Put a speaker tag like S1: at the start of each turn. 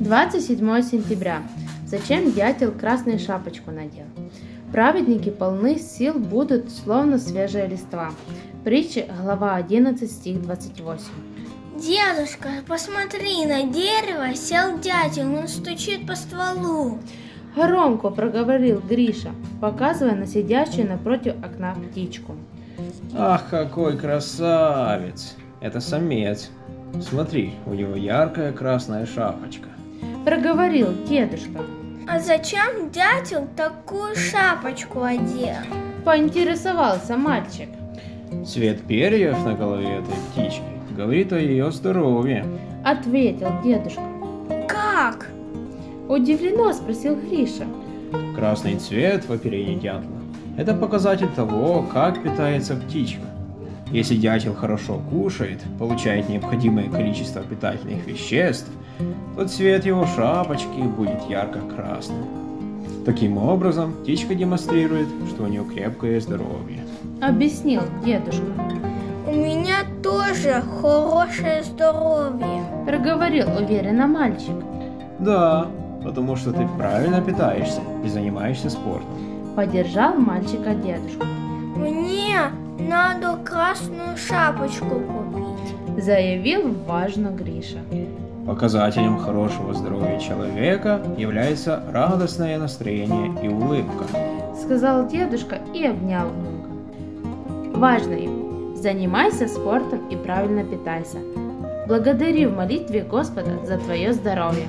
S1: 27 сентября. Зачем дятел красную шапочку надел? Праведники полны сил будут, словно свежая листва. Притча, глава 11, стих 28.
S2: Дедушка, посмотри, на дерево сел дятел, он стучит по стволу.
S1: Громко проговорил Гриша, показывая на сидящую напротив окна птичку.
S3: Ах, какой красавец! Это самец. Смотри, у него яркая красная шапочка.
S1: Проговорил дедушка.
S2: А зачем дятел такую шапочку одел?
S1: Поинтересовался мальчик.
S3: Цвет перьев на голове этой птички говорит о ее здоровье.
S1: Ответил дедушка.
S2: Как?
S1: Удивлено спросил Гриша.
S3: Красный цвет в оперении дятла – это показатель того, как питается птичка. Если дятел хорошо кушает, получает необходимое количество питательных веществ, то цвет его шапочки будет ярко-красным. Таким образом, птичка демонстрирует, что у нее крепкое здоровье.
S1: Объяснил дедушка.
S2: У меня тоже хорошее здоровье.
S1: Проговорил уверенно мальчик.
S3: Да, потому что ты правильно питаешься и занимаешься спортом.
S1: Поддержал мальчика дедушка.
S2: Мне надо красную шапочку купить.
S1: Заявил важно Гриша.
S3: Показателем хорошего здоровья человека является радостное настроение и улыбка.
S1: Сказал дедушка и обнял внука. Важно им. Занимайся спортом и правильно питайся. Благодари в молитве Господа за твое здоровье.